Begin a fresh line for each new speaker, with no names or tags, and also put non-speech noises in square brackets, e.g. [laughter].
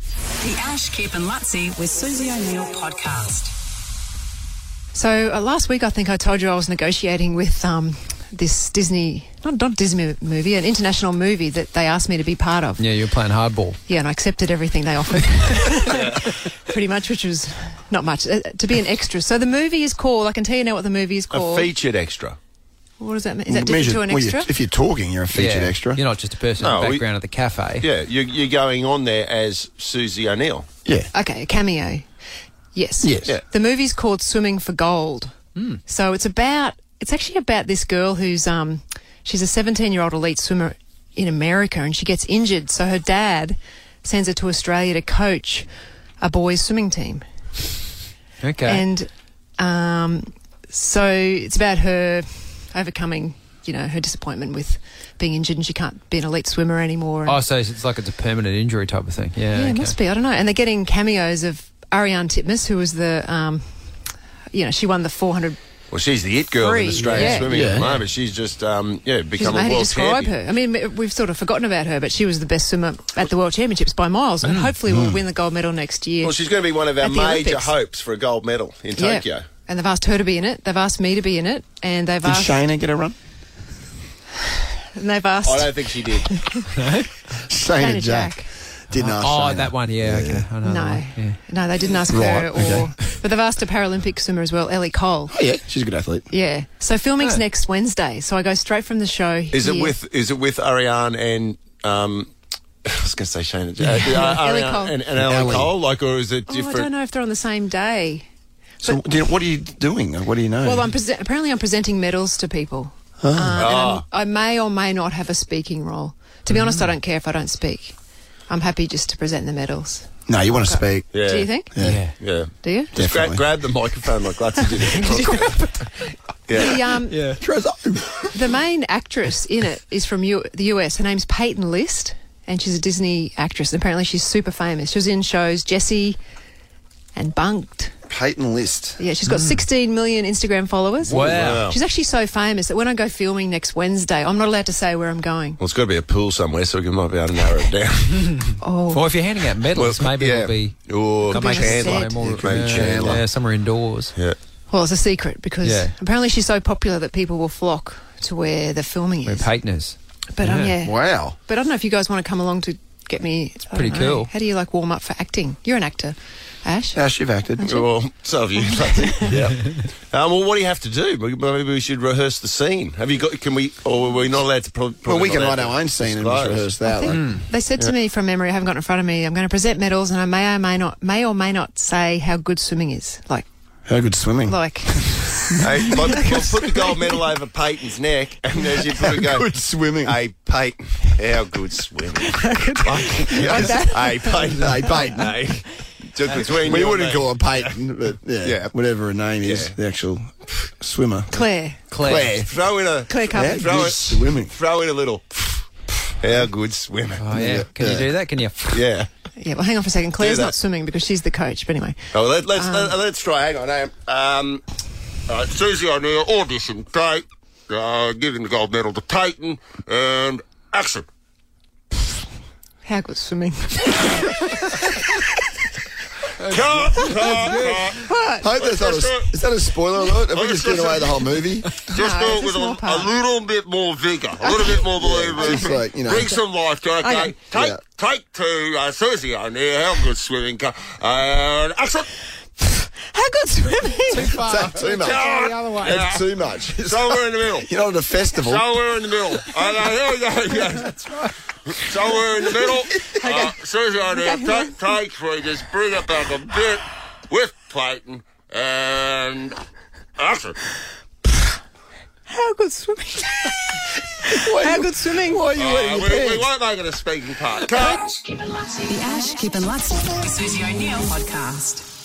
The Ash, Kip and Lutzi with Susie O'Neill podcast.
So uh, last week, I think I told you I was negotiating with um, this Disney, not, not Disney movie, an international movie that they asked me to be part of.
Yeah, you're playing hardball.
Yeah, and I accepted everything they offered, [laughs] pretty much, which was not much uh, to be an extra. So the movie is called. I can tell you now what the movie is
A
called. [laughs]
featured extra.
What does that mean? Is that different
Measured-
to an
well, you-
extra?
if you're talking, you're a featured
yeah.
extra.
You're not just a person in the
No, we-
background of the cafe.
Yeah, you're, you're going on there as Susie O'Neill.
yeah.
Okay, a cameo. Yes.
Yes.
Yeah.
The movie's called Swimming for Gold.
Hmm.
Mm. So it's about it's actually about this girl who's um she's a 17-year-old elite swimmer in America and she gets injured so her dad sends her to Australia to coach a boys swimming team.
Okay.
And um so it's about her overcoming you know her disappointment with being injured and she can't be an elite swimmer anymore. and-
oh, so it's like it's a permanent injury type of thing. Yeah.
yeah, it
okay.
must be. I don't know. And they're getting cameos of Ariane Titmus, who was the, um, you know, she won the 400.
Well, she's the it girl
Free,
in Australian
yeah.
swimming at
Yeah.
the moment. She's just, um, yeah,
She's
become
how
a
do you
world
describe
champion.
her? I mean, we've sort of forgotten about her, but she was the best swimmer at the World Championships by miles, and hopefully we'll win the gold medal next year.
Mm. Well, she's going to be one of our
At the
major
Olympics.
hopes for a gold medal in Tokyo.
And they've asked her to be in it. They've asked me to be in it, and they've
Did
asked
Shana get a run?
and they've
I
asked
don't think she did.
Shana,
Shana
Jack.
Jack.
Didn't ask
Oh,
Shana.
that one. Yeah. Okay. I know that
no,
one, yeah.
no, they didn't ask her,
Right,
or
okay.
but they've asked a Paralympic swimmer as well, Ellie Cole.
Oh, yeah. She's a good athlete.
Yeah, so filming's
Oh.
next Wednesday, so I go straight from the show.
[laughs] Is it
here.
with Is it with Ariane and um, [laughs] I was going to say Shane uh, uh,
[laughs] Ellie
Ariane
Cole.
and, and Ellie
Ellie.
Cole, like, or is it
Oh,
different?
I don't know if they're on the same day.
So, do you, what are you doing? Like, What do you know?
Well, I'm prese- apparently I'm presenting medals to people. Um, and I'm- I may or may not have a speaking role. To
Mm.
be honest, I don't care if I don't speak. I'm happy just to present the medals.
no, you want to speak.
Yeah.
Do you think?
Yeah.
Yeah.
Yeah.
Do you?
Just grab,
Definitely.
grab the microphone
[laughs]
like Lutzy did. [laughs] yeah.
The, um, the main actress in it is from U- the US. Her name's Peyton List, and she's a Disney actress. And apparently, she's super famous. She was in shows Jessie and Bunked.
[laughs] Peyton List.
Yeah, she's got
Mm.
16 million Instagram followers.
Wow.
She's actually so famous that when I go filming next Wednesday, I'm not allowed to say where I'm going.
Well, it's got to be a pool somewhere, so we might be able to narrow it down.
[laughs] Oh,
Well, if you're handing out medals, maybe it'll be.
Or
they'll
be
make it
Chandler.
somewhere more,
Yeah, maybe
yeah,
Chandler.
yeah, somewhere indoors.
Yeah.
Well, it's a secret because
Yeah.
apparently she's so popular that people will flock to where the filming
Where
is.
Peyton is.
but um,
Yeah.
yeah,
Wow.
but I don't know if you guys want to come along to get me. It's
pretty cool.
How do you like warm up for acting? You're an actor, Ash.
Ash, you've acted.
Well, so
[laughs]
have you. Lutzy. yeah. Um, well, what do you have to do? We- Maybe we should rehearse the scene. Have you got? Can we? Or are we not allowed to? Pro-
Well,
probably
we
not
can
allowed
write
to
our own scene and
disclose.
just
[laughs]
rehearse that. like-
They said to me from memory, I haven't got it in front of me. I'm going to present medals, and I may or may not, may or may not say how good swimming is. Like,
How good swimming.
like,
Hey,
[laughs]
Bob, Bob, put the gold medal over Peyton's neck, and as you put it, go.
[laughs] good swimming.
Hey, Peyton, how good
[laughs]
swimming. hey, Peyton.
Hey, Peyton.
Hey. Just between
we
you and
wouldn't
me.
call her Peyton, but yeah,
Yeah.
whatever her name is,
Yeah.
the actual swimmer.
Claire,
Claire.
Claire, throw in a
Claire
How
Carpenter.
Yeah. Throw
good
it.
swimming.
throw in a little. [laughs] How good swimming.
Oh, yeah. Can you do that? Can you?
Yeah.
Yeah, well, hang on for a second. Claire's
that.
not swimming because she's the coach. But anyway,
Oh, let, let's let, us try. Hang on. hang on. Um, all right, Susie O'Neill audition take, uh, giving the gold medal to Peyton, and action.
how good swimming? [laughs]
Cut, cut, cut.
Hope that's not a, is that a spoiler alert? Have we just given away the whole movie?
Just
No,
do
it's
it
a
with
small
a, a
part.
little bit more vigour, a little bit more
just
believability.
like, you know-
Bring some life to it. Okay.
Okay.
Take,
Yeah.
take to uh, Susie O'Neill. How good swimming? Cut. And action.
How good swimming?
Is that too much?
Cut. Yeah.
That's too much. [laughs]
Somewhere in the middle.
You're not at a festival.
Somewhere in the middle. I know, there we go.
[laughs]
Yes. Somewhere in the middle. Uh, Susie on there. Take, take three. Just bring it back a bit with Clayton. And action.
How good swimming? How good swimming? Why are you
Uh, we, we won't make it a speaking part. Cut.
The Ash, Kip and Lutzi with Susie O'Neill podcast.